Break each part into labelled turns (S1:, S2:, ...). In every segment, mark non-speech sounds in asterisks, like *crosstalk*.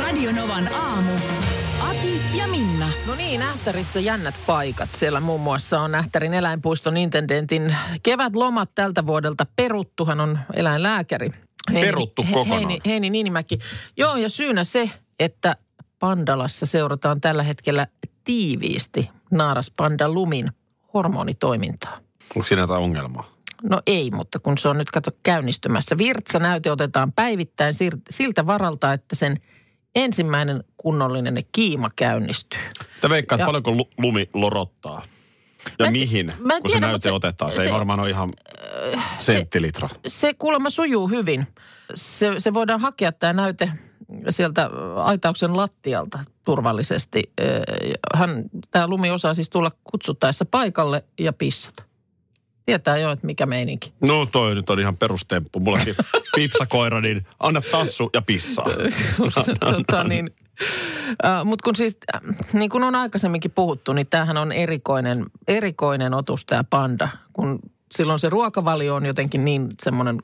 S1: Radionovan aamu. Ati ja Minna.
S2: No niin, Ähtärissä jännät paikat. Siellä muun muassa on Ähtärin eläinpuiston intendentin kevätlomat tältä vuodelta. Peruttuhan on eläinlääkäri.
S3: Peruttu kokonaan.
S2: Heini, Heini Niinimäki. Joo, ja syynä se, että Pandalassa seurataan tällä hetkellä tiiviisti naaraspandalumin hormonitoimintaa.
S3: Onko siinä jotain ongelmaa?
S2: No ei, mutta kun se on nyt kato käynnistymässä. Virtsanäyte otetaan päivittäin sir- siltä varalta, että sen ensimmäinen kunnollinen kiima käynnistyy.
S3: Te veikkaat,
S2: Ja-
S3: paljonko lu- lumi lorottaa? Ja
S2: Mä en-
S3: mihin,
S2: mä en
S3: kun se
S2: tiedä,
S3: näyte
S2: mutta se-
S3: otetaan? Se, ei
S2: se- Äh,
S3: varmaan ole ihan senttilitra.
S2: Se kuulemma sujuu hyvin. Se, se voidaan hakea tämä näyte sieltä aitauksen lattialta turvallisesti. Öö, Hän, tämä lumi osaa siis tulla kutsuttaessa paikalle ja pissata. Tietää jo, että mikä meininki.
S3: No toi nyt on ihan perustemppu. Mullakin
S2: *laughs*
S3: pipsakoira, niin anna tassu ja pissaa.
S2: *laughs* tota, niin, Mutta kun siis, äh, niin kuin on aikaisemminkin puhuttu, niin tämähän on erikoinen, erikoinen otus tämä panda. Kun silloin se ruokavalio on jotenkin niin semmoinen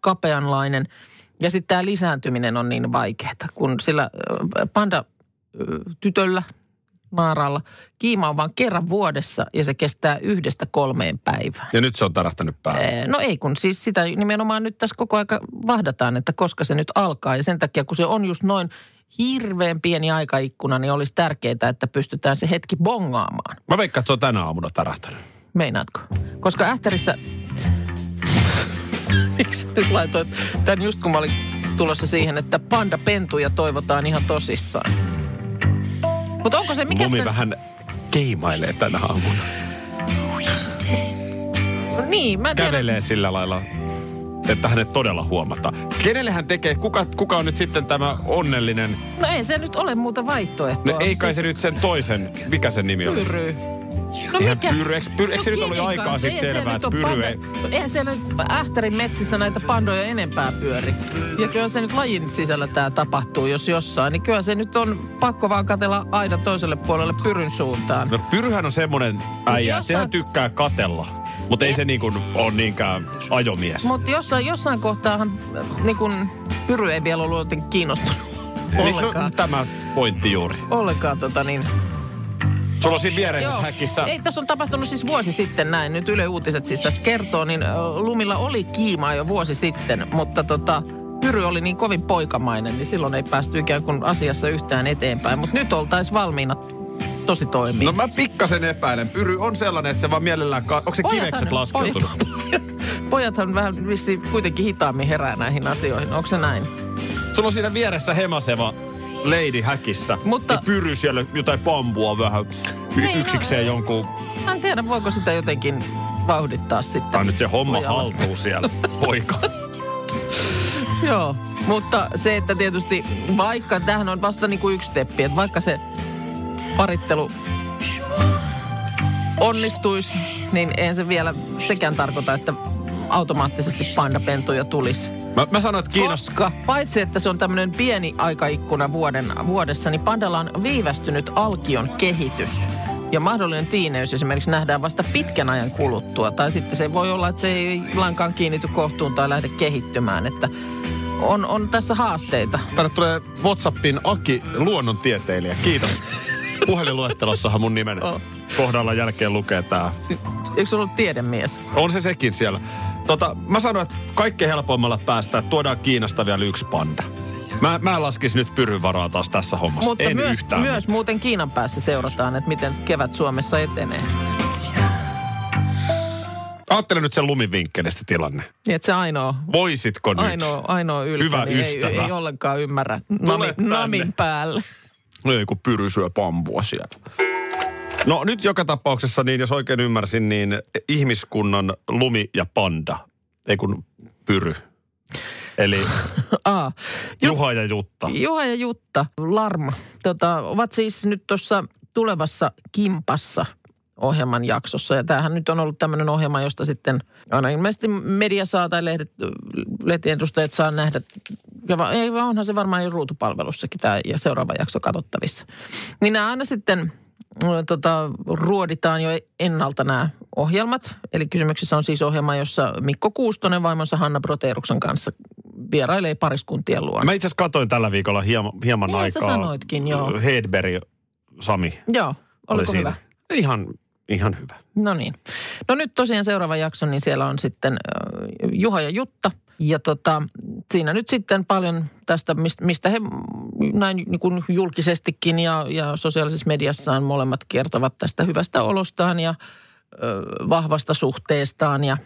S2: kapeanlainen ja sitten tämä lisääntyminen on niin vaikeaa. Kun sillä äh, panda äh, tytöllä, maaralla, kiima on vain kerran vuodessa ja se kestää yhdestä kolmeen päivään.
S3: Ja nyt se on tärähtänyt päälle.
S2: Ee, No ei kun, siis sitä nimenomaan nyt tässä koko aika vahdataan, että koska se nyt alkaa. Ja sen takia, kun se on just noin hirveän pieni aikaikkuna, niin olisi tärkeää, että pystytään se hetki bongaamaan.
S3: Mä veikkaan, että se on tänä aamuna tärähtänyt.
S2: Meinaatko? Koska ähtärissä... *laughs* Miksi sä nyt laitoit tämän just kun mä olin tulossa siihen, että panda pentuja toivotaan ihan tosissaan. Mutta onko se, mikä
S3: lumi
S2: se...
S3: vähän keimailee tänä aamuna.
S2: Niin, mä en tiedä.
S3: Kävelee sillä lailla, että hänet todella huomataan. Kenelle hän tekee? Kuka, kuka on nyt sitten tämä onnellinen?
S2: No ei se nyt ole muuta vaihtoehtoa. Siis
S3: No, ei kai se nyt sen toisen, mikä sen nimi oli?
S2: Pyry. No
S3: Eihän pyry, eikö pyry- eikö se nyt ollut jo
S2: kenen
S3: aikaa
S2: kanssa?
S3: sit
S2: Eihän
S3: selvää,
S2: siellä
S3: että
S2: nyt ole
S3: pyry
S2: panda- Eihän siellä nyt ähtärin metsissä näitä pandoja enempää pyöri. Ja kyllä se nyt lajin sisällä tämä tapahtuu, jos jossain. Niin kyllä se nyt on pakko vaan katella aina toiselle puolelle pyryn suuntaan.
S3: No Pyryhän on semmonen äijä,
S2: Jos
S3: että sehän
S2: on-
S3: tykkää katella. Mutta ei se niin kuin ole niinkään ajomies.
S2: Mutta jossain, jossain kohtaahan äh, niin kun pyry ei vielä ollut jotenkin kiinnostunut
S3: Eli
S2: ollenkaan.
S3: se- tämä pointti juuri.
S2: Ollenkaan tota niin.
S3: Sulla on siinä viereisessä
S2: Joo.
S3: häkissä.
S2: Ei, tässä on tapahtunut siis vuosi sitten näin. Nyt Yle Uutiset siis tästä kertoo, niin ö, Lumilla oli kiimaa jo vuosi sitten, mutta tota, Pyry oli niin kovin poikamainen, niin silloin ei päästy ikään kuin asiassa yhtään eteenpäin. Mutta nyt oltaisiin valmiina tosi toimiin.
S3: No mä pikkasen epäilen. Pyry on sellainen, että se vaan mielellään... Ka- Onko se kivekset laskeutunut?
S2: *laughs* Pojathan vähän vissiin kuitenkin hitaammin herää näihin asioihin. Onko se näin?
S3: Sulla on siinä vieressä hemaseva lady häkissä.
S2: Mutta-
S3: Ja pyry siellä jotain pampua vähän y-
S2: Niin, no-
S3: yksikseen jonkun...
S2: Mä en tiedä, voiko sitä jotenkin vauhdittaa sitten.
S3: Tää on nyt se homma
S2: Pojalla.
S3: haltuu siellä,
S2: *laughs*
S3: poika.
S2: Joo, mutta se, että tietysti vaikka, tähän on vasta niin kuin yksi steppi, että vaikka se parittelu onnistuisi, niin eihän se vielä sekään tarkoita, että automaattisesti pandapentuja tulisi.
S3: Mä, mä sanoin, että kiinnost...
S2: Koska paitsi, että se on tämmöinen pieni aikaikkuna vuoden, vuodessa, niin pandalla on viivästynyt alkion kehitys. Ja mahdollinen tiineys esimerkiksi nähdään vasta pitkän ajan kuluttua. Tai sitten se voi olla, että se ei lankaan kiinnity kohtuun tai lähde kehittymään. Että on, on tässä haasteita.
S3: Tänne tulee Whatsappiin Aki, luonnontieteilijä. Kiitos. Puhelinluettelossahan mun nimen
S2: Oh.
S3: kohdalla jälkeen lukee tää.
S2: Eikö se ollut tiedemies?
S3: On se sekin siellä. Tota, mä sanoin, että kaikkein helpoimmalla päästään, että tuodaan Kiinasta vielä yksi panda. Mä, mä en laskisi nyt pyryn varaa taas tässä hommassa.
S2: Mutta
S3: en
S2: myös,
S3: yhtään.
S2: myös muuten Kiinan päässä seurataan, että miten kevät Suomessa etenee.
S3: Ajattele nyt sen lumivinkkelistä tilanne.
S2: Niin, että se ainoa,
S3: Voisitko nyt?
S2: ainoa, ainoa ylkä,
S3: Hyvä
S2: niin ei,
S3: ystävä.
S2: ei, ollenkaan ymmärrä nami,
S3: tänne.
S2: namin päälle. *laughs*
S3: No ei, kun pyry syö pampua siellä. No nyt joka tapauksessa, niin jos oikein ymmärsin, niin ihmiskunnan lumi ja panda, ei kun pyry.
S2: *laughs*
S3: Eli
S2: Aa, Jut-
S3: Juha ja Jutta.
S2: Juha ja Jutta, Larma, tota, ovat siis nyt tuossa tulevassa Kimpassa ohjelman jaksossa. Ja tämähän nyt on ollut tämmöinen ohjelma, josta sitten aina ilmeisesti media saa tai lehdet, lehtien edustajat saa nähdä. Ja va, ei, vaan onhan se varmaan jo ruutupalvelussakin tämä ja seuraava jakso katsottavissa. Niin nämä aina sitten ö, tota, ruoditaan jo ennalta nämä ohjelmat. Eli kysymyksessä on siis ohjelma, jossa Mikko Kuustonen vaimonsa Hanna Proteeruksen kanssa vierailee pariskuntien luona.
S3: Mä itse asiassa katsoin tällä viikolla hieman, hieman
S2: Niin, sä
S3: aikaa.
S2: sanoitkin, joo.
S3: Hedberg, Sami.
S2: Joo,
S3: oli
S2: oliko
S3: siinä.
S2: hyvä?
S3: Ihan, ihan hyvä.
S2: No niin. No nyt tosiaan seuraava jakso, niin siellä on sitten äh, Juha ja Jutta. Ja tota, siinä nyt sitten paljon tästä, mist- mistä he mm, näin niin kuin julkisestikin ja, ja sosiaalisessa mediassaan molemmat kertovat tästä hyvästä olostaan ja ö, vahvasta suhteestaan ja,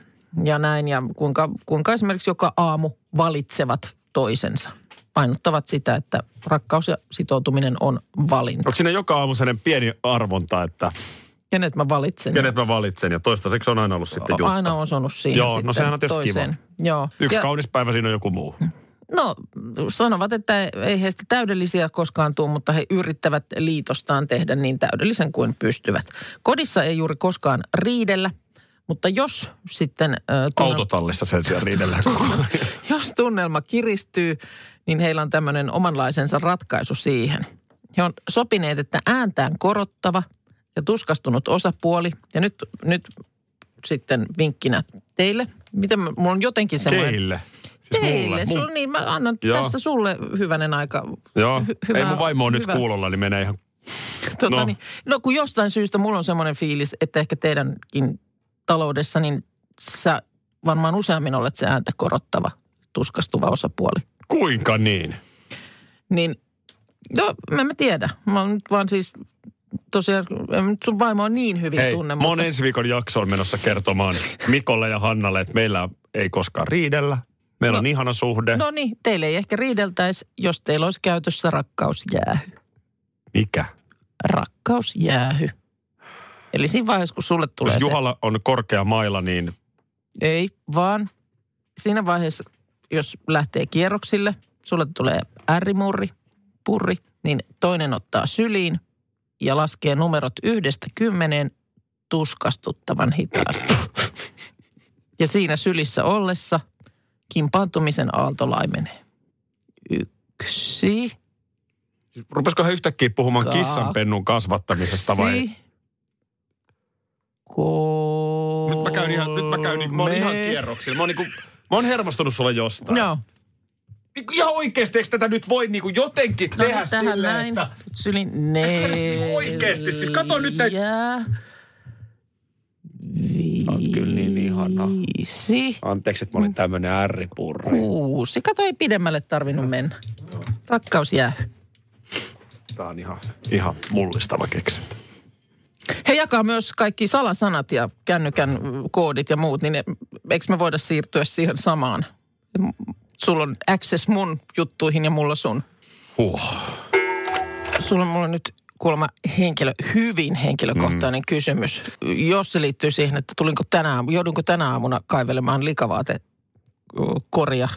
S2: ja näin. Ja kuinka, kuinka esimerkiksi joka aamu valitsevat toisensa. Painottavat sitä, että rakkaus ja sitoutuminen on valinta.
S3: Onko siinä joka aamu sellainen pieni arvonta, että
S2: Kenet mä valitsen?
S3: kenet mä valitsen? Ja toistaiseksi on aina ollut sitten Jutta.
S2: aina osunut siihen
S3: Joo, no
S2: sitten
S3: sehän on tietysti
S2: toiseen. kiva. Joo.
S3: Yksi ja... kaunis päivä siinä on joku muu.
S2: No sanovat, että ei heistä täydellisiä koskaan tule, mutta he yrittävät liitostaan tehdä niin täydellisen kuin pystyvät. Kodissa ei juuri koskaan riidellä, mutta jos sitten äh, tunnelma,
S3: Autotallissa sen sijaan niin riidellään koko ajan.
S2: *laughs* jos tunnelma kiristyy, niin heillä on tämmöinen omanlaisensa ratkaisu siihen. He on sopineet, että ääntään korottava ja tuskastunut osapuoli. Ja nyt, nyt sitten vinkkinä teille. Miten mä- mulla on jotenkin semmoinen...
S3: Keille.
S2: Teille.
S3: Siis Mun-
S2: Sun, niin mä annan
S3: Joo.
S2: Joo. tässä sulle hyvänen aika.
S3: Joo,
S2: hy-
S3: ei mun vaimo on nyt kuulolla, niin menee ihan...
S2: Tota,
S3: No.
S2: no. Niin, no kun jostain syystä mulla on semmoinen fiilis, että ehkä teidänkin taloudessa, niin sä varmaan useammin olet se ääntä korottava, tuskastuva osapuoli.
S3: Kuinka niin?
S2: Niin, no mä en mä tiedä. Mä oon nyt vaan siis, tosiaan, en nyt sun vaimo on niin hyvin
S3: Hei,
S2: tunne.
S3: mä oon ensi viikon jaksoon menossa kertomaan Mikolle ja Hannalle, että meillä ei koskaan riidellä. Meillä
S2: No.
S3: on ihana suhde.
S2: No niin, teille ei ehkä riideltäisi, jos teillä olisi käytössä rakkausjäähy.
S3: Mikä?
S2: Rakkausjäähy. Eli siinä vaiheessa, kun sulle tulee
S3: Jos
S2: se-
S3: Juhalla on korkea maila, niin
S2: Ei, vaan siinä vaiheessa, jos lähtee kierroksille, sulle tulee ärrimurri, purri, niin toinen ottaa syliin ja laskee numerot yhdestä kymmeneen tuskastuttavan
S3: *laughs*
S2: hitaasti. Ja siinä sylissä ollessa kimpaantumisen aalto laimenee. Yksi,
S3: rupesko hän yhtäkkiä puhumaan
S2: Kaksi.
S3: kissanpennun kasvattamisesta vai?
S2: kaksi, kolme.
S3: Nyt mä käyn ihan, nyt mä käyn, niin, mä oon ihan kierroksilla. Mä oon, niin kuin, mä oon hermostunut sulle jostain.
S2: Joo.
S3: Niin kuin, ihan oikeesti, eikö tätä nyt voi niin kuin jotenkin
S2: No
S3: tehdä
S2: niin, tähän
S3: silleen,
S2: näin.
S3: että...
S2: Syli
S3: Eikö tää nyt niinku oikeesti? Siis kato nyt näitä-
S2: neljä,
S3: Sä oot kyllä niin ihana.
S2: viisi,
S3: Anteeksi, että mä olin tämmönen ärripurri.
S2: kuusi. Kato, ei pidemmälle tarvinnut mennä. Rakkaus jää.
S3: Tää on ihan, ihan mullistava keksintö.
S2: He jakaa myös kaikki salasanat ja kännykän mm, koodit ja muut, niin ne- eikö me voida siirtyä siihen samaan? M- Sulla on access mun juttuihin ja mulla sun.
S3: Huh.
S2: Sulla mulla on nyt kuulemma henkilö, hyvin henkilökohtainen mm. kysymys. Jos se liittyy siihen, että tulinko tänään, joudunko tänä aamuna kaivelemaan likavaate koria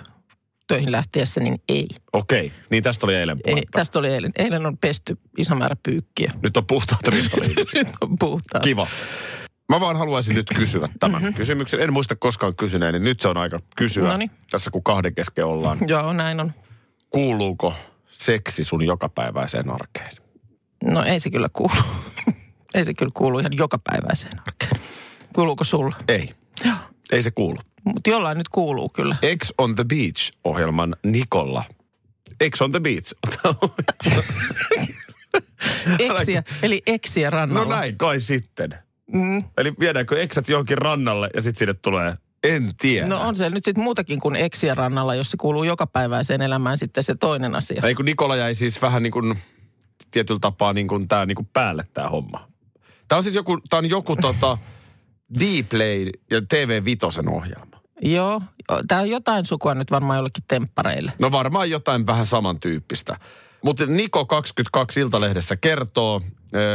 S2: töihin lähtiessä, niin ei.
S3: Okei, niin tästä oli eilen
S2: ei.
S3: puhetta.
S2: Tästä oli eilen. Eilen on pesty iso määrä pyykkiä. *laughs*
S3: Nyt on puhtaat rintaliivit.
S2: Nyt on puhtaat.
S3: Kiva. Mä vaan haluaisin nyt kysyä tämän mm-hmm. kysymyksen. En muista koskaan kysyneeni, niin nyt se on aika kysyä.
S2: Noniin. Mm-hmm.
S3: Tässä kun kahden kesken ollaan.
S2: Joo, näin on.
S3: Kuuluuko seksi sun jokapäiväiseen arkeen?
S2: No ei se kyllä kuulu. *laughs* ei se kyllä kuulu ihan jokapäiväiseen arkeen. Kuuluuko sulla?
S3: Ei.
S2: Joo.
S3: Ei se kuulu.
S2: Mutta jollain nyt kuuluu kyllä.
S3: X on the Beach-ohjelman Nikolla. X on the Beach. *laughs* No
S2: Eksiä, eli eksiä
S3: no
S2: rannalla.
S3: näin kai sitten.
S2: Mm.
S3: Eli viedäänkö eksät johonkin rannalle ja sitten sinne tulee, en tiedä.
S2: No on se nyt sitten muutakin kuin eksiä rannalla, jos se kuuluu jokapäiväiseen elämään sitten se toinen asia.
S3: Ei kun Nikola jäi siis vähän niin kuin tietyllä tapaa niin kuin tää niin kuin päälle tää homma. Tää on siis joku, tää on joku tota *laughs* D-Play ja TV Vitosen ohjelma.
S2: Joo, tämä on jotain sukua nyt varmaan jollekin temppareille.
S3: No varmaan jotain vähän samantyyppistä. Mutta Niko 22 Iltalehdessä kertoo,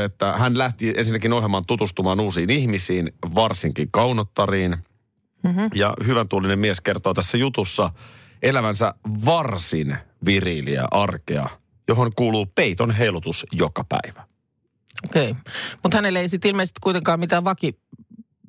S3: että hän lähti ensinnäkin ohjelmaan tutustumaan uusiin ihmisiin, varsinkin kaunottariin. Mm-hmm. Ja hyvän tuulinen mies kertoo tässä jutussa, elämänsä varsin viriliä arkea, johon kuuluu peiton heilutus joka päivä.
S2: Okei. Okay. Mutta hänellä ei sitten ilmeisesti kuitenkaan mitään vaki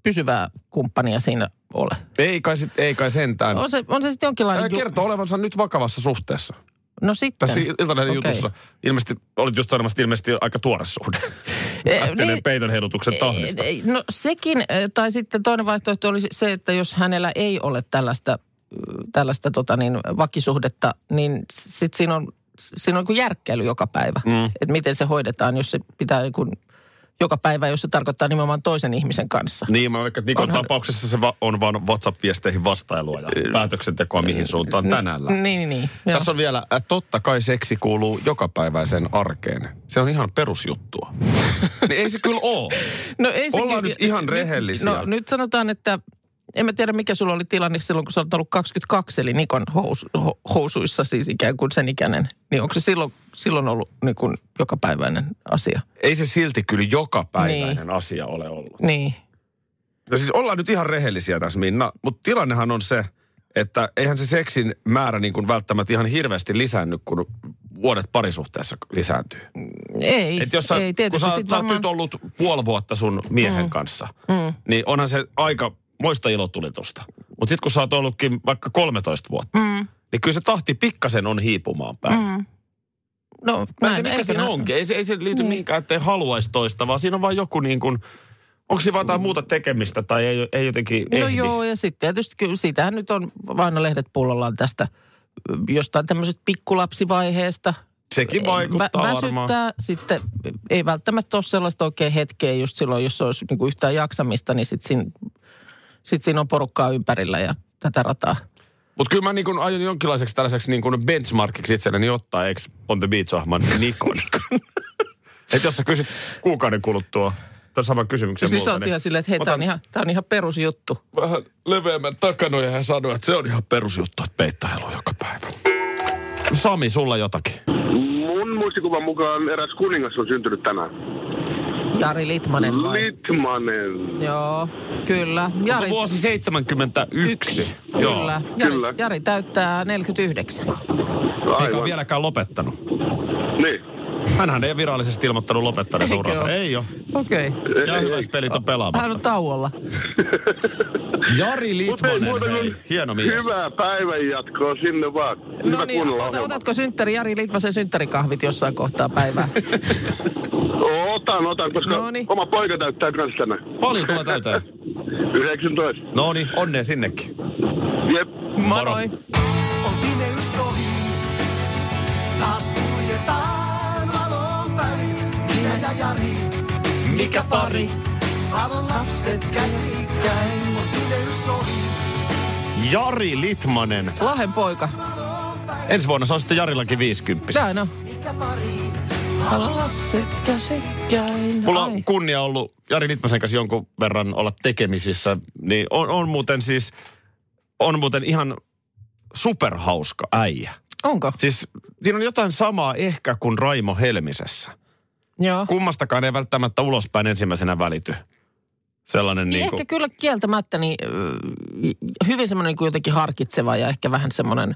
S2: pysyvää kumppania siinä ole.
S3: Ei kai, sit, ei kai sentään.
S2: On se, on se sitten jonkinlainen...
S3: Hän
S2: ju-
S3: kertoo olevansa nyt vakavassa suhteessa.
S2: No sitten.
S3: Tässä Iltalehden
S2: Okei.
S3: okay. jutussa ilmeisesti, olit just sanomassa, että ilmeisesti aika tuore suhde.
S2: Eh,
S3: Lähteinen
S2: niin-
S3: niin, peiton heilutuksen tahdista.
S2: Ei, ei, No sekin, eh, tai sitten toinen vaihtoehto olisi se, että jos hänellä ei ole tällaista, ö, tällaista tota niin, vakisuhdetta, niin sitten siinä on, siinä on kuin järkkäily joka päivä. Mm. Että miten se hoidetaan, jos se pitää niin kuin, joka päivä, jos se tarkoittaa nimenomaan toisen ihmisen kanssa.
S3: Niin, mä vaikka Nikon
S2: Onhan-
S3: tapauksessa se va- on vaan WhatsApp-viesteihin vastailua ja päätöksentekoa mihin suuntaan tänään lähtee.
S2: Niin, niin, niin. Joo.
S3: Tässä on vielä, äh, totta kai seksi kuuluu jokapäiväiseen arkeen. Se on ihan *laughs* perusjuttua. niin ei se kyllä oo.
S2: No ei se
S3: Ollaan
S2: kyllä-
S3: nyt ihan rehellisiä.
S2: No nyt sanotaan, että en mä tiedä mikä sulla oli tilanne silloin, kun sä olet ollut 22, eli Nikon hous, ho, housuissa siis ikään kuin sen ikäinen. Niin onko se silloin, silloin ollut niin kuin jokapäiväinen asia?
S3: Ei se silti kyllä jokapäiväinen niin. asia ole ollut.
S2: Niin.
S3: No siis ollaan nyt ihan rehellisiä tässä Minna, mutta tilannehan on se, että eihän se seksin määrä niin kuin välttämättä ihan hirveästi lisäänny, kun vuodet parisuhteessa lisääntyy.
S2: Ei,
S3: Et jos sä,
S2: Niin. ei
S3: kun
S2: tietysti
S3: sä,
S2: sit
S3: sä oot nyt ollut puoli vuotta sun miehen mm. kanssa, mm. niin onhan se aika moista ilotulitusta. Mutta sitten kun sä oot ollutkin vaikka 13 vuotta, mm. niin kyllä se tahti pikkasen on hiipumaan päin. Mm.
S2: No,
S3: Mä en
S2: näin,
S3: tiedä, mikä
S2: eikö
S3: siinä
S2: näin?
S3: onkin. Ei se, ei se liity niin. mihinkään, ettei haluaisi toista, vaan siinä on vaan joku niin kuin, onko siinä vaan jotain muuta tekemistä tai ei, ei jotenkin
S2: No
S3: ehdi.
S2: joo, ja sitten tietysti kyllä siitähän nyt on vain lehdet pullollaan tästä ö, jostain tämmöisestä pikkulapsivaiheesta.
S3: Sekin vaikuttaa
S2: Vä-
S3: varmaan.
S2: väsyttää, sitten ei välttämättä ole sellaista oikein hetkeä just silloin, jos olisi niin kuin yhtään jaksamista, niin sitten siinä, sit siinä on porukkaa ympärillä ja tätä rataa.
S3: Mutta kyllä mä niin kun aion jonkinlaiseksi tällaiseksi niin kun benchmarkiksi itselleni ottaa, eikö On the Beach-ohjelman
S2: *laughs*
S3: Nikon. Et jos sä kysyt kuukauden kuluttua tämän saman kysymyksen
S2: Siis niin sä
S3: multa,
S2: oot ihan silleen, että hei, tämä on,
S3: otan
S2: ihan, tää on ihan perusjuttu.
S3: vähän leveämmän takanoja ja sanoin, että se on ihan perusjuttu, että peittähelu joka päivä. Sami, sulla jotakin.
S4: Mun muistikuvan mukaan eräs kuningas on syntynyt tänään.
S2: Jari Litmanen vai?
S4: Litmanen.
S2: Joo, kyllä. Jari,
S3: Vuosi 71.
S2: kyllä. Jari,
S4: Kyllä.
S2: Jari täyttää 49.
S3: Eikä ole
S4: Aivan.
S3: vieläkään lopettanut.
S4: Niin.
S3: Hänhän ei ole virallisesti ilmoittanut lopettaneensa
S2: Eikö
S3: uransa.
S2: oo?
S3: Ei ole.
S2: Okei.
S4: Ei,
S3: Ja
S4: ei,
S3: hyvät pelit on
S2: Hän on
S3: pelaamatta.
S2: tauolla.
S5: Äh.
S3: Jari
S4: Mut ei
S3: Litmanen,
S4: muuta kuin
S3: hei. hieno mies.
S4: Hyvää päivänjatkoa sinne vaan. Hyvä
S2: No niin,
S4: kuunnella
S2: ota,
S4: ohjelmaa.
S2: otatko synttäri Jari Litmasen synttärikahvit jossain kohtaa
S3: *laughs*
S2: päivää?
S4: Otan, otan, koska
S2: Noniin.
S4: oma poika täyttää kans tänään.
S3: Paljon tulee täyteen.
S4: 19.
S3: No niin, onnea sinnekin.
S4: Jep.
S2: Moi
S3: Moro.
S2: moi.
S5: on pimeys ohi. Taas kuljetaan valon päin, minä ja Jari. Mikä pari? Valon lapset käsikkäin, on pimeys ohi.
S3: Jari Litmanen.
S2: Lahen poika.
S3: Ensi vuonna se on sitten Jarillakin 50.
S2: Näin on.
S5: Mikä pari?
S2: Halon lapset käsikkäin.
S3: Mulla
S2: Ai.
S3: on kunnia ollut Jari Litmasen kanssa jonkun verran olla tekemisissä, niin on, on muuten siis, on muuten ihan superhauska äijä.
S2: Onko?
S3: Siis siinä on jotain samaa ehkä kuin Raimo Helmisessä.
S2: Joo.
S3: Kummastakaan ei välttämättä ulospäin ensimmäisenä välity. Sellainen
S2: Niin
S3: niin
S2: ehkä
S3: kuin,
S2: kyllä kieltämättä niin, öö, hyvin semmoinen niin kuin jotenkin harkitseva ja ehkä vähän semmoinen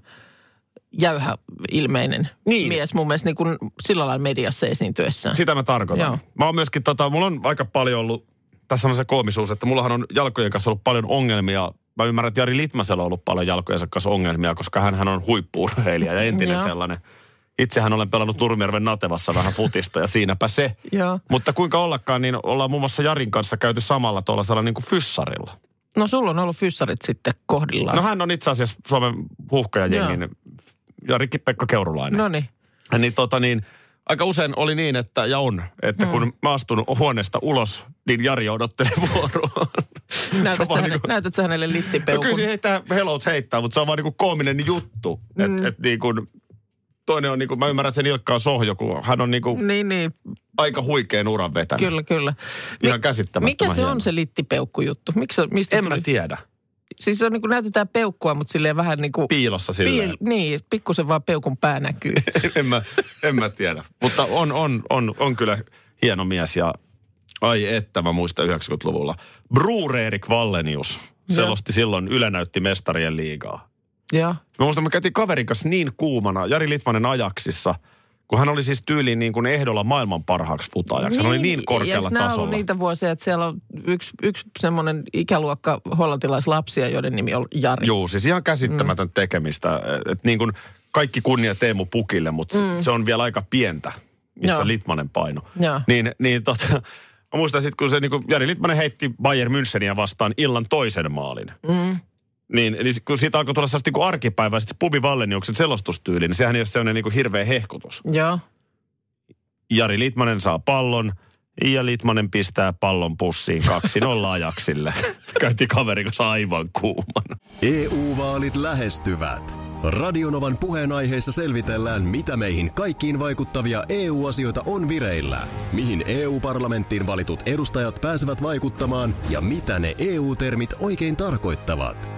S2: jäyhä ilmeinen
S3: Niin.
S2: mies mun mielestä niin kuin sillä lailla mediassa esiintyessään.
S3: sitä mä tarkoitan.
S2: Joo.
S3: Joo. Mä oon myöskin, tota, mulla on aika paljon ollut, tässä on se koomisuus, että mullahan on jalkojen kanssa ollut paljon ongelmia. Mä ymmärrän, että Jari Litmasella on ollut paljon jalkojensa kanssa ongelmia, koska hän on huippuurheilija ja entinen
S2: Joo.
S3: sellainen. Itsehän olen pelannut Nurmijärven Natevassa vähän futista ja siinäpä se.
S2: Joo.
S3: Mutta kuinka ollakaan, niin ollaan muun muassa Jarin kanssa käyty samalla tuollaisella niin kuin fyssarilla.
S2: No sulla on ollut fyssarit sitten kohdillaan.
S3: No hän on itse asiassa Suomen huuhkajajengin Jarikki Pekka Keurulainen.
S2: no
S3: *laughs*
S2: niin.
S3: Niin tota niin, aika usein oli niin, että ja on, että
S2: Mm.
S3: hmm. kun mä astun huoneesta ulos, niin Jari odottelee *laughs* vuoroa.
S2: Näytät, sä, hänelle, näytät sä hänelle
S3: niinku- No kyllä
S2: littipeukun.
S3: se heittää, helot heittää, mutta se on vaan niinku koominen juttu. Mm. Että et niin kuin, toinen on niin kuin, mä ymmärrän että sen Ilkka on sohjo, kun hän on niin kuin
S2: niin, niin.
S3: aika huikean uran vetänyt.
S2: Kyllä, kyllä.
S3: Ihan
S2: Mi-
S3: käsittämättömän
S2: Mikä se
S3: hieno.
S2: on se littipeukku-juttu? Miksi, se- mistä
S3: En
S2: tuli?
S3: mä tiedä.
S2: Siis se on niin kuin näytetään peukkua, mutta silleen vähän niin kuin...
S3: Piilossa silleen.
S2: Piil- niin, pikkusen vaan peukun pää näkyy.
S3: en, mä, en mä tiedä. Mutta on, on, on, on kyllä hieno mies ja ai että mä muistan 90-luvulla. Bruure Erik Vallenius selosti silloin Yle näytti mestarien liigaa.
S2: *laughs* Joo.
S3: Mä muistan, me käytiin kaverin kanssa niin kuumana Jari Litmanen ajaksissa, kun hän oli siis tyyliin niin kuin ehdolla maailman parhaaksi futaajaksi. Hän oli niin korkealla
S2: eikö nää
S3: tasolla.
S2: ollut niitä vuosia, että siellä on yksi, yksi semmoinen ikäluokka hollantilaislapsia, joiden nimi on Jari.
S3: Joo, siis ihan käsittämätön mm. tekemistä. Et niin kuin kaikki kunnia Teemu Pukille, mutta mm. se on vielä aika pientä, missä
S2: Joo.
S3: Joo. Litmanen paino.
S2: Joo.
S3: Niin, niin tota, mä muistan sitten, kun se niin kuin Jari Litmanen heitti Bayern Müncheniä vastaan illan toisen maalin. Mm. Niin, niin sit kun siitä alkoi tulla sellaista niin arkipäivää, sitten Pubi Valleniuksen selostustyyli, niin sehän ei ole sellainen niin kuin hirveä hehkutus.
S2: Joo.
S3: Jari Litmanen saa pallon, ja Litmanen pistää pallon pussiin 2-0 *laughs* ajaksille. Käytti kaveri kanssa aivan kuumana.
S6: EU-vaalit E lähestyvät. Radionovan puheenaiheessa selvitellään, mitä meihin kaikkiin vaikuttavia EU-asioita on vireillä, mihin EU-parlamenttiin valitut edustajat pääsevät vaikuttamaan ja mitä ne EU-termit oikein tarkoittavat.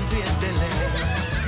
S5: vientelee.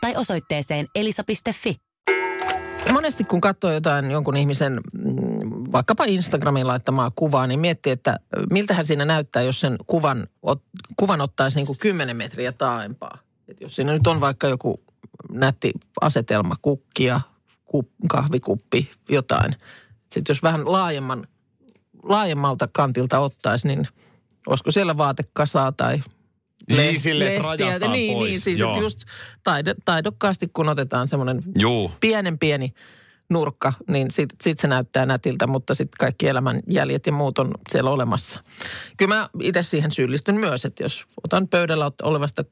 S7: tai osoitteeseen elisa.fi.
S2: Monesti kun katsoo jotain jonkun ihmisen mm, vaikkapa Instagramin laittamaa kuvaa, niin miettii, että miltähän siinä näyttää, jos sen kuvan, ot, kuvan ottaisi niin kuin 10 metriä taaempaa. Et jos siinä nyt on vaikka joku nätti asetelma, kukkia, kup, kahvikuppi, jotain. Sitten jos vähän laajemman, laajemmalta kantilta ottaisi, niin olisiko siellä vaatekasaa tai
S3: Niin silleen, että
S2: lehtiä.
S3: rajataan
S2: niin,
S3: pois.
S2: Niin, siis
S3: Joo.
S2: että just taide, taidokkaasti kun otetaan semmoinen
S3: Juu.
S2: pienen pieni nurkka, niin sit, sit se näyttää nätiltä, mutta sitten kaikki elämän jäljet ja muut on siellä olemassa. Kyllä mä itse siihen syyllistyn myös, että jos otan pöydällä ot- olevasta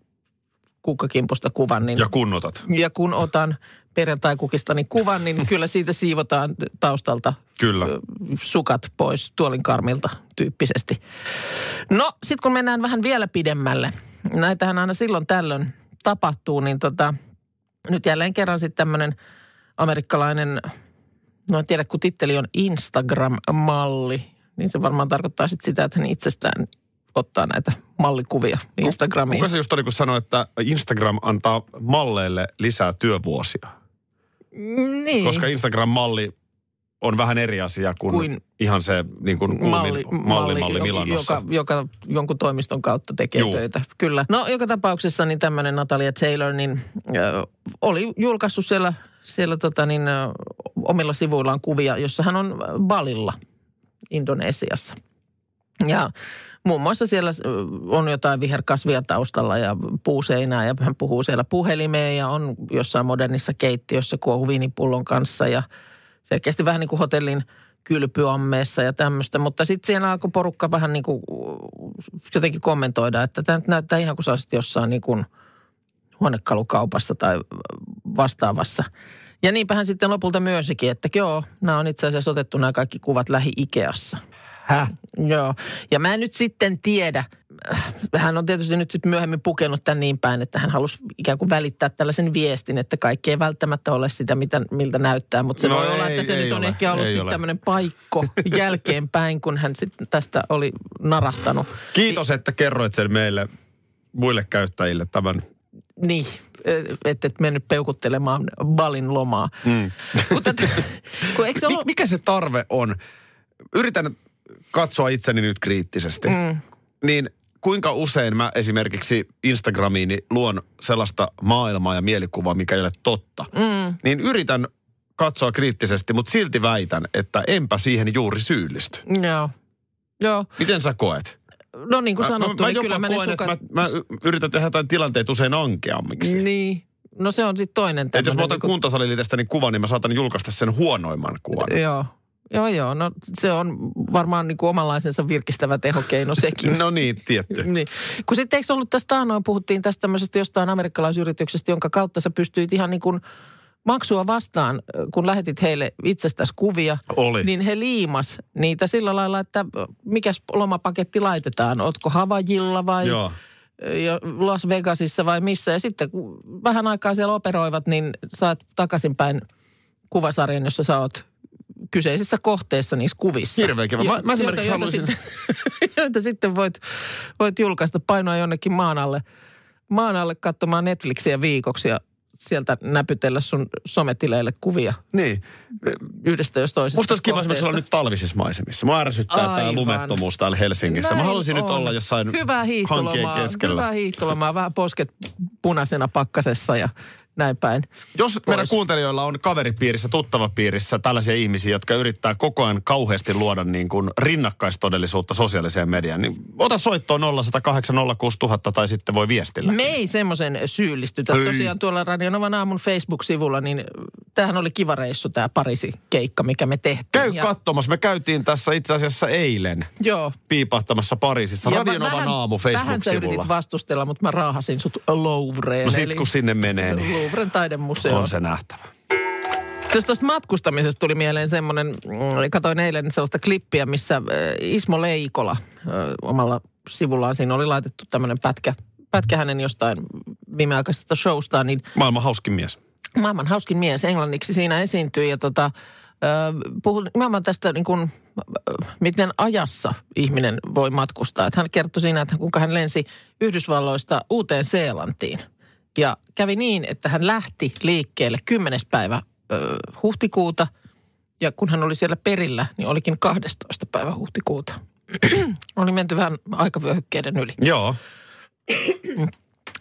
S2: kukkakimpusta kuvan, niin
S3: Ja kunnotat.
S2: ja kun otan perjantai-kukistani kuvan, niin kyllä siitä siivotaan taustalta
S3: Kyllä.
S2: ö, sukat pois tuolin karmilta tyyppisesti. No, sitten kun mennään vähän vielä pidemmälle, näitähän aina silloin tällöin tapahtuu, niin tota, nyt jälleen kerran sitten tämmöinen amerikkalainen, no en tiedä kun titteli on Instagram-malli, niin se varmaan tarkoittaa sitten sitä, että hän itsestään ottaa näitä mallikuvia Instagramiin.
S3: Kuka se just oli, kun sanoi, että Instagram antaa malleille lisää työvuosia?
S2: niin.
S3: Koska Instagram-malli on vähän eri asia kuin,
S2: Kuin-
S3: kuin ihan se niin kuin kuulin malli, malli, malli
S2: jo-
S3: Milanossa.
S2: joka, joka jonkun toimiston kautta tekee
S3: Juu.
S2: töitä. Kyllä. No joka tapauksessa niin tämmöinen Natalia Taylor niin, ö, oli julkaissut siellä, siellä tota, niin, ö, omilla sivuillaan kuvia, jossa hän on ö, Balilla Indonesiassa. Ja muun muassa siellä ö, on jotain viherkasvia taustalla ja puuseinää ja hän puhuu siellä puhelimeen ja on jossain modernissa keittiössä kuohuviinipullon kanssa ja selkeästi vähän niin kuin hotellin kylpyammeessa ja tämmöistä. Mutta sitten siellä alkoi porukka vähän niin kuin jotenkin kommentoida, että tämä nyt näyttää ihan kuin sä olisit jossain niin kuin huonekalukaupassa tai vastaavassa. Ja niinpä hän sitten lopulta myönsikin, että joo, nämä on itse asiassa otettu nämä kaikki kuvat lähi-Ikeassa.
S3: Häh?
S2: Joo, ja mä en nyt sitten tiedä. Hän on tietysti nyt sit myöhemmin pukenut tämän niin päin, että hän halusi ikään kuin välittää tällaisen viestin, että kaikki ei välttämättä ole sitä, mitä, miltä näyttää. Mutta se
S3: No
S2: voi olla,
S3: ei-
S2: että se
S3: ei
S2: nyt on
S3: ole,
S2: ehkä ollut
S3: ei
S2: sitten
S3: ole.
S2: tämmöinen
S3: *laughs*
S2: paikko jälkeenpäin, kun hän sitten tästä oli narahtanut.
S3: Kiitos, että kerroit sen meille muille käyttäjille tämän.
S2: Niin, että et mennyt peukuttelemaan balin lomaa. Mm. Mutta, kun eikö se
S3: *laughs* Mik,
S2: ollut...
S3: mikä se tarve on? Yritän katsoa itseni nyt kriittisesti. Mm. Niin kuinka usein mä esimerkiksi Instagramiini luon sellaista maailmaa ja mielikuvaa, mikä ei ole totta. Mm. Niin yritän katsoa kriittisesti, mutta silti väitän, että enpä siihen juuri syyllisty.
S2: Joo. Joo.
S3: Miten sä koet?
S2: No niin kuin sanottu,
S3: mä, mä
S2: niin
S3: jopa
S2: kyllä mä ne
S3: koen,
S2: sukat...
S3: että mä, mä y- yritän tehdä jotain tilanteet usein ankeammiksi.
S2: Niin. No se on sitten toinen.
S3: Et jos mä
S2: tämmönen
S3: otan
S2: niinku-
S3: kuntosaliliitestäni kuvan, niin mä saatan julkaista sen huonoimman kuvan.
S2: Joo. joo, joo. No se on varmaan niin kuin omanlaisensa virkistävä tehokeino
S3: *laughs*
S2: sekin.
S3: No niin, tietty.
S2: Niin. Kun sitten eikö ollut tästä taannoin, puhuttiin tästä tämmöisestä jostain amerikkalaisyrityksestä, jonka kautta sä pystyit ihan niin kuin maksua vastaan, kun lähetit heille itsestäsi kuvia.
S3: Oli.
S2: Niin he liimas niitä sillä lailla, että mikä lomapaketti laitetaan. Ootko Havajilla vai
S3: Joo.
S2: ja Las Vegasissa vai missä. Ja sitten kun vähän aikaa siellä operoivat, niin saat takaisinpäin kuvasarjan, jossa sä oot kyseisessä kohteessa niissä kuvissa.
S3: Hirveä kiva. Mä-
S2: Jo-
S3: mä esimerkiksi
S2: joita, joita
S3: haluaisin-
S2: Sitten, *laughs* joita sitten voit, voit julkaista, painoa jonnekin maan alle, maan alle katsomaan Netflixiä viikoksi ja sieltä näpytellä sun sometileille kuvia
S3: Niin.
S2: yhdestä jos toisesta
S3: Musta olisi kiva esimerkiksi olla
S2: kohteesta.
S3: nyt talvisissa maisemissa. Mä ärsyttää tämä
S2: Aivan.
S3: lumettomuus täällä Helsingissä. Mä
S2: Näin
S3: haluaisin nyt
S2: on.
S3: olla jossain
S2: Hyvää
S3: hankien
S2: hiihtolomaa,
S3: keskellä.
S2: Hyvää hiihtolomaa, vähän posket punaisena pakkasessa ja näin päin.
S3: Jos meidän kuuntelijoilla on kaveripiirissä, tuttavapiirissä tällaisia ihmisiä, jotka yrittää koko ajan kauheasti luoda niin kuin rinnakkaistodellisuutta sosiaaliseen mediaan, niin ota soittoon 0806000 tai sitten voi viestillä.
S2: Me ei semmoisen syyllistytä.
S3: Ei.
S2: Tosiaan tuolla Radionovan aamun Facebook-sivulla, niin tämähän oli kiva reissu tämä Pariisi-keikka, mikä me tehtiin.
S3: Käy
S2: Ja-
S3: katsomassa. Me käytiin tässä itse asiassa eilen
S2: Joo.
S3: piipahtamassa Pariisissa.
S2: Ja mä-
S3: Radionovan
S2: vähän-
S3: aamu
S2: Vähän sä yritit
S3: Facebook-sivulla.
S2: vastustella, mutta mä raahasin sut Louvreen.
S3: No sit
S2: eli
S3: kun sinne menee, niin
S2: Louvren taidemuseo.
S3: on se nähtävä.
S2: Jos tuosta Siis matkustamisesta tuli mieleen semmoinen, mm, katsoin eilen sellaista klippiä, missä äh, Ismo Leikola äh, omalla sivullaan, siinä oli laitettu tämmöinen pätkä, pätkä hänen jostain viimeaikaisesta showstaan, niin
S3: Maailman hauskin mies.
S2: maailman hauskin mies englanniksi siinä esiintyy ja tota, ö, puhun nimenomaan tästä niin kuin, ö, miten ajassa ihminen voi matkustaa. Että hän kertoi siinä, että kuinka hän lensi Yhdysvalloista uuteen Seelantiin. Ja kävi niin, että hän lähti liikkeelle 10. päivä ö, huhtikuuta ja kun hän oli siellä perillä, niin olikin 12. päivä huhtikuuta. *clears throat* oli menty vähän aikavyöhykkeiden yli.
S3: Joo.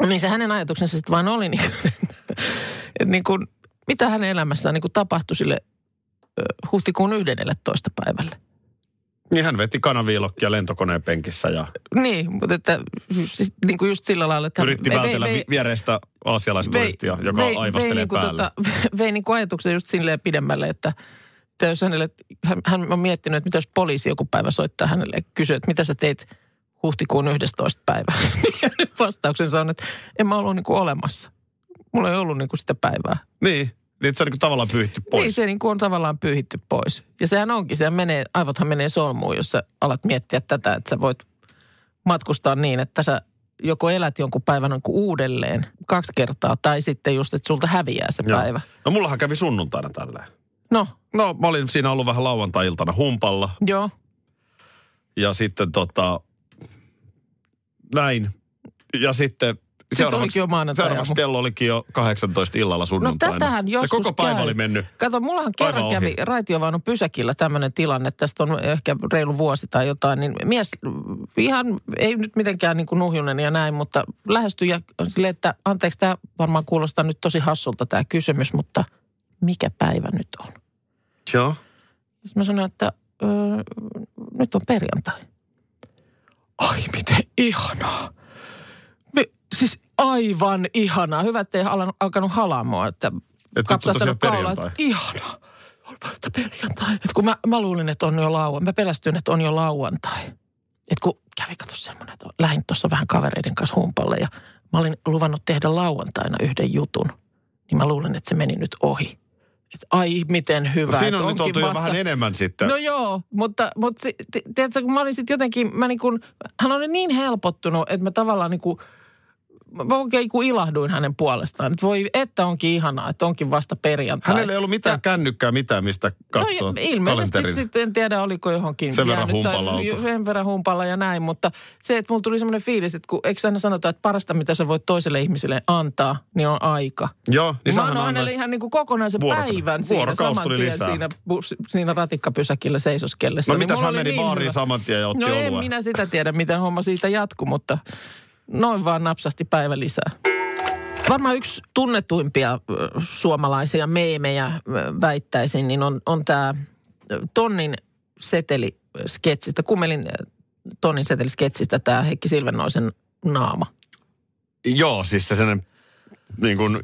S2: Niin se hänen ajatuksensa sitten vaan oli, niin, että niin kuin, mitä hänen elämässään niin kuin tapahtui sille ö, huhtikuun 11. päivälle.
S3: Niin hän veti kanaviilokkia lentokoneen penkissä ja
S2: Niin, mutta että siis, niin kuin just sillä lailla, että... hän
S3: yritti
S2: vei-
S3: vältellä
S2: vei-
S3: vi- viereistä aasialaisturistia, joka aivastelee
S2: niinku
S3: päälle.
S2: tota, *laughs* vei niinku ajatuksen just silleen pidemmälle, että, että jos hänelle, hän, hän on miettinyt, että mitä jos poliisi joku päivä soittaa hänelle ja kysyy, että mitä sä teit huhtikuun 11. päivä. *laughs* Niin hänen Vastauksensa on, että en mä ollut niinku olemassa. Mulla ei ollut niinku sitä päivää.
S3: Niin, niin se on niin tavallaan pyyhitty pois.
S2: Niin se niin kuin on tavallaan pyyhitty pois. Ja sehän onkin, sehän menee, aivothan menee solmuun, jos sä alat miettiä tätä, että sä voit matkustaa niin, että sä joko elät jonkun päivän niin kuin uudelleen kaksi kertaa, tai sitten just, että sulta häviää se
S3: Joo.
S2: päivä.
S3: No mullahan kävi sunnuntaina tälleen.
S2: No,
S3: No mä olin siinä ollut vähän lauantai-iltana humpalla
S2: joo,
S3: ja sitten tota, näin. Ja sitten seuraavaksi,
S2: olikin jo maanantai-aamu.
S3: seuraavaksi kello olikin jo 18 illalla sunnuntaina.
S2: No tätähän
S3: Se
S2: joskus
S3: koko päivä
S2: käy.
S3: oli mennyt.
S2: Kato, mullahan
S3: Aivan
S2: kerran
S3: ohi.
S2: kävi raitiovaunun pysäkillä tämmöinen tilanne, tästä on ehkä reilu vuosi tai jotain, niin mies ihan, ei nyt mitenkään niin kuin nuhjunen ja näin, mutta lähestyi ja sille, että anteeksi, tämä varmaan kuulostaa nyt tosi hassulta tämä kysymys, mutta mikä päivä nyt on?
S3: Joo.
S2: Sitten mä sanoin, että öö, nyt on perjantai. Ai miten ihanaa. Me, siis aivan ihanaa. Hyvä, että ei alan, alkanut halaamoa, että
S3: on tosiaan
S2: kapsahtanut kaulaa,
S3: perjantai.
S2: että ihanaa. On vasta perjantai. Et kun mä, mä luulin, että on jo lauantai. Mä pelästyin, että on jo lauantai. Et kun kävi kato semmoinen, että lähdin tuossa vähän kavereiden kanssa humpalle ja mä olin luvannut tehdä lauantaina yhden jutun. Niin mä luulen, että se meni nyt ohi. Et ai miten hyvä.
S3: No, siinä
S2: et
S3: on nyt
S2: onkin
S3: oltu jo vähän enemmän sitten.
S2: No joo, mutta, mutta si- ti- tiedätkö, kun mä olin sitten jotenkin, mä niin kun, hän oli niin helpottunut, että mä tavallaan niin kuin, mä oikein kun ilahduin hänen puolestaan. Että voi, että onkin ihanaa, että onkin vasta perjantai.
S3: Hänellä ei ollut mitään kännykkää, mitään mistä katsoa
S2: No ja ilmeisesti
S3: kalenterin.
S2: sitten, en tiedä oliko johonkin
S3: Sen verran
S2: jäänyt tai-
S3: humpalla oltu.
S2: jo- sen verran humpalla ja näin, mutta se, että mulla tuli semmoinen fiilis, että kun eikö aina sanota, että parasta mitä sä voit toiselle ihmiselle antaa, niin on aika.
S3: Joo, niin
S2: Niin mä
S3: sähän
S2: annoin hänelle
S3: annoit.
S2: ihan niin kuin kokonaisen
S3: Vuorokauden.
S2: päivän siinä
S3: Vuorokausi
S2: saman
S3: tuli
S2: tien
S3: lisää.
S2: siinä, bus- siinä ratikkapysäkillä seisoskellessa.
S3: No
S2: Niin
S3: mitäs
S2: mulla
S3: hän
S2: oli
S3: meni
S2: niin
S3: baariin
S2: hyvä-
S3: saman tien ja otti
S2: No en
S3: oluen?
S2: minä sitä tiedä, miten homma siitä jatkuu, mutta noin vaan napsahti päivä lisää. Varmaan yksi tunnetuimpia ö, suomalaisia meemejä ö, väittäisin, niin on, on tämä tonnin setelisketsistä, kummelin ö, tonnin setelisketsistä tämä Heikki Silvennoisen naama.
S3: Joo, siis se sen niin kuin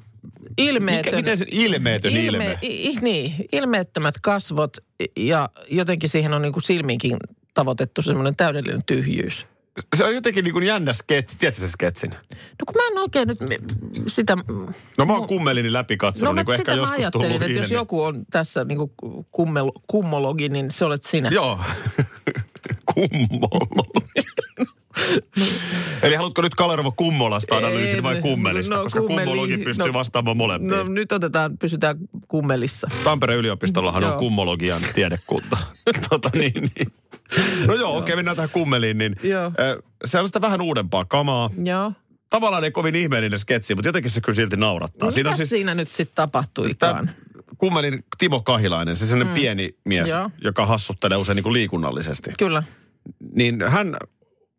S2: ilmeetön.
S3: Mikä, miten se ilmeetön ilme? ilme?
S2: i, i- niin, ilmeettömät kasvot ja jotenkin siihen on niin kuin silmiinkin tavoitettu semmoinen täydellinen tyhjyys.
S3: Se on jotenkin niin kuin jännä sketsi. Tiedätkö sen sketsin?
S2: No kun mä en oikein nyt sitä...
S3: No mä oon kummelini läpi katsonut,
S2: No
S3: no, niin
S2: mutta
S3: kuin
S2: sitä
S3: ehkä
S2: mä
S3: joskus tullut
S2: ajattelin, että
S3: ilmi.
S2: jos joku on tässä niin kuin kummel, kummologi, niin se olet sinä.
S3: Joo. *laughs* Kummolo.
S2: *laughs*
S3: Eli haluatko nyt Kalervo Kummolasta analyysin vai
S2: En-
S3: kummelista? No, koska
S2: kummeli-
S3: kummologi pystyy
S2: no,
S3: vastaamaan molempiin.
S2: No nyt otetaan, pysytään kummelissa.
S3: Tampereen yliopistollahan
S2: Joo.
S3: on kummologian
S2: *laughs*
S3: tiedekunta. tota, niin, niin. No joo, okei, okay, mennään tähän kummeliin. Niin,
S2: Joo.
S3: ö, sellaista vähän uudempaa kamaa.
S2: Joo.
S3: Tavallaan ei kovin ihmeellinen sketsi, mutta jotenkin se kyllä silti naurattaa.
S2: No, siinä, siis, siinä nyt sitten tapahtuikaan?
S3: Tämä kummelin Timo Kahilainen, se sellainen mm. pieni mies,
S2: Joo.
S3: joka hassuttelee usein niin kuin liikunnallisesti.
S2: Kyllä.
S3: Niin hän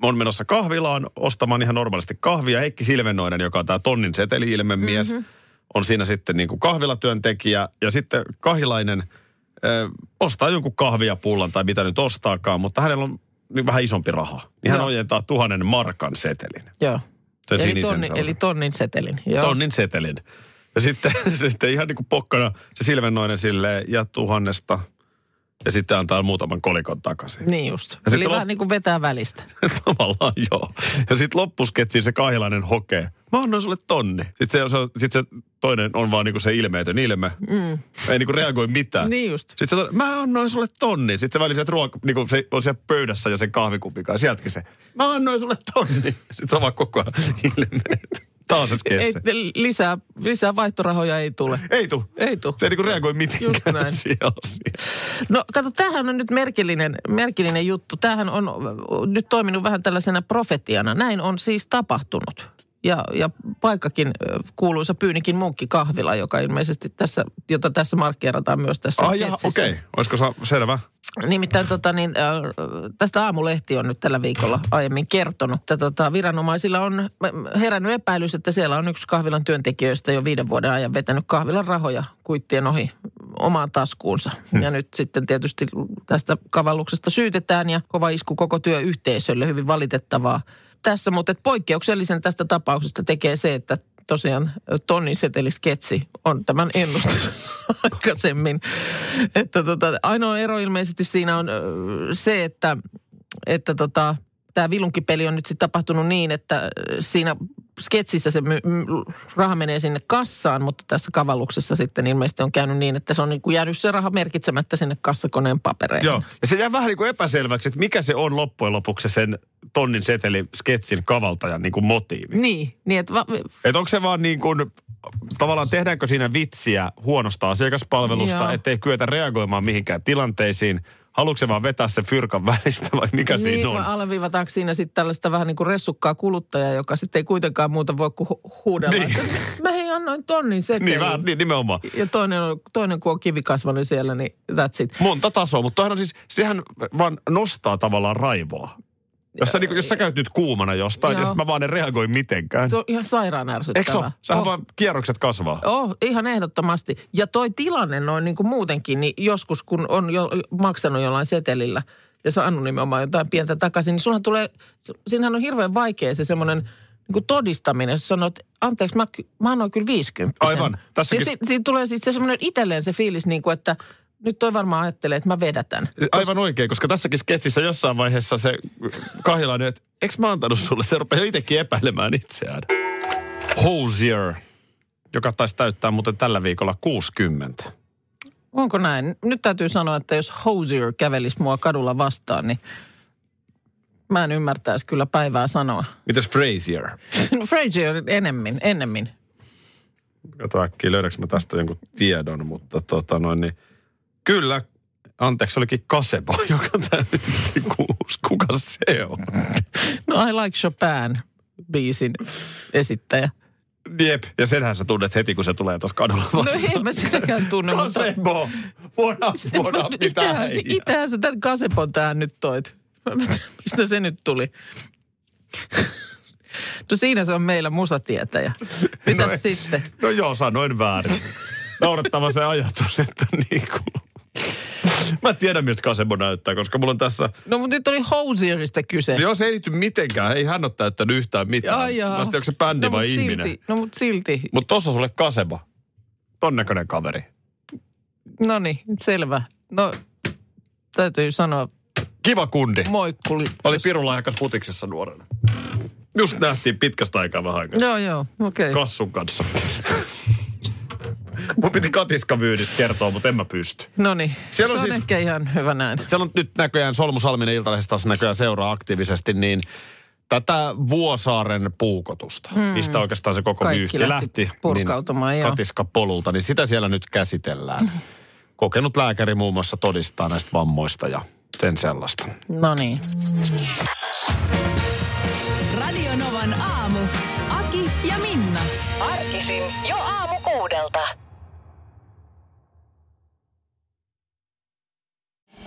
S3: on menossa kahvilaan ostamaan ihan normaalisti kahvia. Heikki Silvenoinen, joka on tämä tonnin seteli-ilmen mies,
S2: Mhm.
S3: mm-hmm. on siinä sitten niin kuin kahvilatyöntekijä. Ja sitten Kahilainen ö, ostaa jonkun kahviapullan tai mitä nyt ostaakaan, mutta hänellä on niin vähän isompi raha. Niin hän
S2: Joo.
S3: ojentaa tuhannen markan setelin.
S2: Joo.
S3: Se
S2: Eli,
S3: sinisen
S2: tonni,
S3: sellaisen.
S2: eli tonnin setelin. Joo.
S3: tonnin setelin. Ja sitten, *laughs* se sitten ihan niin kuin pokkana se silvennoinen silleen ja tuhannesta. Ja sitten antaa muutaman kolikon takaisin.
S2: Niin just.
S3: Ja
S2: Eli
S3: sitten
S2: vähän
S3: lop-
S2: niin kuin vetää välistä.
S3: *laughs* Tavallaan joo. Ja sitten loppusketsin se kahilainen hokee. Mä annan sulle tonni. Sitten se, se, sit se toinen on vaan niinku se ilmeetön ilme. Mm. Ei niinku reagoi mitään.
S2: Niin just.
S3: Sitten se, to- mä annoin sulle tonni. Sitten se välissä, että ruoka, niinku se on siellä pöydässä jo sen kahvikupin kanssa. Sieltäkin se, mä annoin sulle tonni. *laughs* Sitten sama koko ajan ilmeet. Taas se
S2: Ei,
S3: sketsi.
S2: lisää, lisää vaihtorahoja ei tule.
S3: Ei tuu.
S2: Ei tuu.
S3: Se ei niinku reagoi mitenkään
S2: Just näin.
S3: siihen asiaan.
S2: No kato, tämähän on nyt merkillinen, merkillinen juttu. Tämähän on äh, nyt toiminut vähän tällaisena profetiana. Näin on siis tapahtunut. Ja, ja paikkakin äh, kuuluisa Pyynikin munkki kahvila, joka ilmeisesti tässä, jota tässä markkeerataan myös tässä
S3: Ah, jaha,
S2: sketsissä.
S3: okei. Okay. Olisiko sa- selvä?
S2: Nimittäin tota, niin, äh, tästä aamulehti on nyt tällä viikolla aiemmin kertonut, että tota, viranomaisilla on herännyt epäilys, että siellä on yksi kahvilan työntekijöistä jo viiden vuoden ajan vetänyt kahvilan rahoja kuittien ohi omaan taskuunsa. Ja nyt sitten tietysti tästä kavalluksesta syytetään ja kova isku koko työyhteisölle, hyvin valitettavaa tässä. Mutta et poikkeuksellisen tästä tapauksesta tekee se, että tosiaan tonnin setelisketsi on tämän ennustus aikaisemmin. Että tota, ainoa ero ilmeisesti siinä on ö, se, että, että tota, tämä vilunkipeli on nyt sitten tapahtunut niin, että ö, siinä sketsissä se my, m, raha menee sinne kassaan, mutta tässä kavalluksessa sitten ilmeisesti on käynyt niin, että se on niin kuin jäänyt se raha merkitsemättä sinne kassakoneen papereen.
S3: Joo. Ja se jää vähän niin kuin epäselväksi, että mikä se on loppujen lopuksi se sen tonnin seteli sketsin kavaltajan niin kuin motiivi.
S2: Niin, niin että va,
S3: Että onko se vaan niin kuin, tavallaan tehdäänkö siinä vitsiä huonosta asiakaspalvelusta,
S2: Joo.
S3: Joo. ettei kyetä reagoimaan mihinkään tilanteisiin. Haluatko se vaan vetää se fyrkan välistä vai mikä
S2: niin,
S3: siinä on?
S2: vai Alleviivataanko siinä sitten tällaista vähän niin kuin ressukkaa kuluttajaa, joka sitten ei kuitenkaan muuta voi kuin hu- huudella.
S3: Niin.
S2: Niin. *laughs* Mä hei annoin tonnin setelin.
S3: Niin, vähän, niin, nimenomaan.
S2: Ja toinen, on, toinen kun on kivi kasvanut siellä, niin that's it.
S3: Monta tasoa, mutta toihan on siis, sehän vaan nostaa tavallaan raivoa. Jos sä, niin, jos sä käyt nyt kuumana jostain,
S2: Joo.
S3: ja sit mä vaan en reagoi mitenkään.
S2: Se on ihan sairaan
S3: Eikö se
S2: ärsyttävää.
S3: ole? Sähän vaan kierrokset kasvaa.
S2: Oh, ihan ehdottomasti. Ja toi tilanne noin niin kuin muutenkin, niin joskus kun on jo, maksanut jollain setelillä ja saanut nimenomaan jotain pientä takaisin, niin sunhan tulee, s- siinähän on hirveän vaikea se semmoinen niin kuin todistaminen, jos sanot, että anteeksi, mä, ky- mä annoin kyllä 50.
S3: Aivan. Tässäkin-
S2: Ja si- siitä tulee siis se semmoinen itselleen se fiilis, niin kuin, että nyt toi varmaan ajattelee, että mä vedätän.
S3: Aivan oikein, koska tässäkin sketsissä jossain vaiheessa se kahilainen, että eikö mä antanut sulle? Se rupeaa jo itsekin epäilemään itseään. Hosier, joka taisi täyttää muuten tällä viikolla 60.
S2: Onko näin? Nyt täytyy sanoa, että jos Hosier kävelisi mua kadulla vastaan, niin mä en ymmärtäisi kyllä päivää sanoa.
S3: Mitäs Frazier?
S2: *laughs* No Frasier enemmän, ennemmin.
S3: Kato äkkiä, löydänkö mä tästä jonkun tiedon, mutta tota noin, niin kyllä, anteeksi, olikin Kasebo, *laughs* joka täytti kuusi. Kuka se on?
S2: No I Like Chopin biisin esittäjä.
S3: Jep, ja senhän sä tunnet heti, kun se tulee tuossa kadulla
S2: No
S3: vastaan.
S2: en mä sitäkään tunne, mutta...
S3: Kasebo! Vuonna, vuonna,
S2: *laughs*
S3: mitä
S2: Itähän,
S3: häijää.
S2: itähän sä tämän kasepon tähän nyt toit. *laughs* Mistä se nyt tuli? *laughs* No siinä se on meillä
S3: *laughs*
S2: musatietäjä. Mitäs
S3: No ei.
S2: sitten?
S3: No joo, sanoin väärin. Naurettava se ajatus, että niinku... Mä tiedän, miltä Kasebo näyttää, koska mulla on tässä... Niin
S2: No mutta nyt oli Hosierista kyse.
S3: Jos ei liity mitenkään, ei hän ole täyttänyt yhtään mitään.
S2: Ai jaa.
S3: Mä sitten, onko se bändi
S2: no,
S3: vai
S2: mut
S3: ihminen.
S2: Silti, no mutta silti.
S3: Mutta tossa on sulle Kasebo. ton näköinen kaveri.
S2: No niin, selvä. No, täytyy sanoa
S3: Kiva kundi.
S2: moikkuli.
S3: Oli pirulahjakas putiksessa nuorena. Just nähtiin pitkästä aikaa vähän aikaa.
S2: Joo, joo, okei. Okay.
S3: Kassun kanssa. Mun piti katiskavyydistä kertoa, mutta en mä pysty.
S2: No niin, se
S3: Siellä
S2: on
S3: on siis-
S2: ehkä ihan hyvä näin.
S3: Siellä on nyt näköjään Solmu Salminen Iltalehdessä taas näköjään seuraa aktiivisesti, niin tätä Vuosaaren puukotusta, mm. mistä oikeastaan se koko
S2: Hmm. Kaikki
S3: vyyhti
S2: lähti
S3: lähti,
S2: purkautumaan,
S3: niin
S2: joo. Hmm.
S3: katiska polulta, niin sitä siellä nyt käsitellään. Kokenut lääkäri muun muassa todistaa näistä vammoista ja sen sellaista.
S2: No niin.
S1: Radio Novan aamu. Aki ja Minna.
S8: Arkisin jo aamu kuudelta.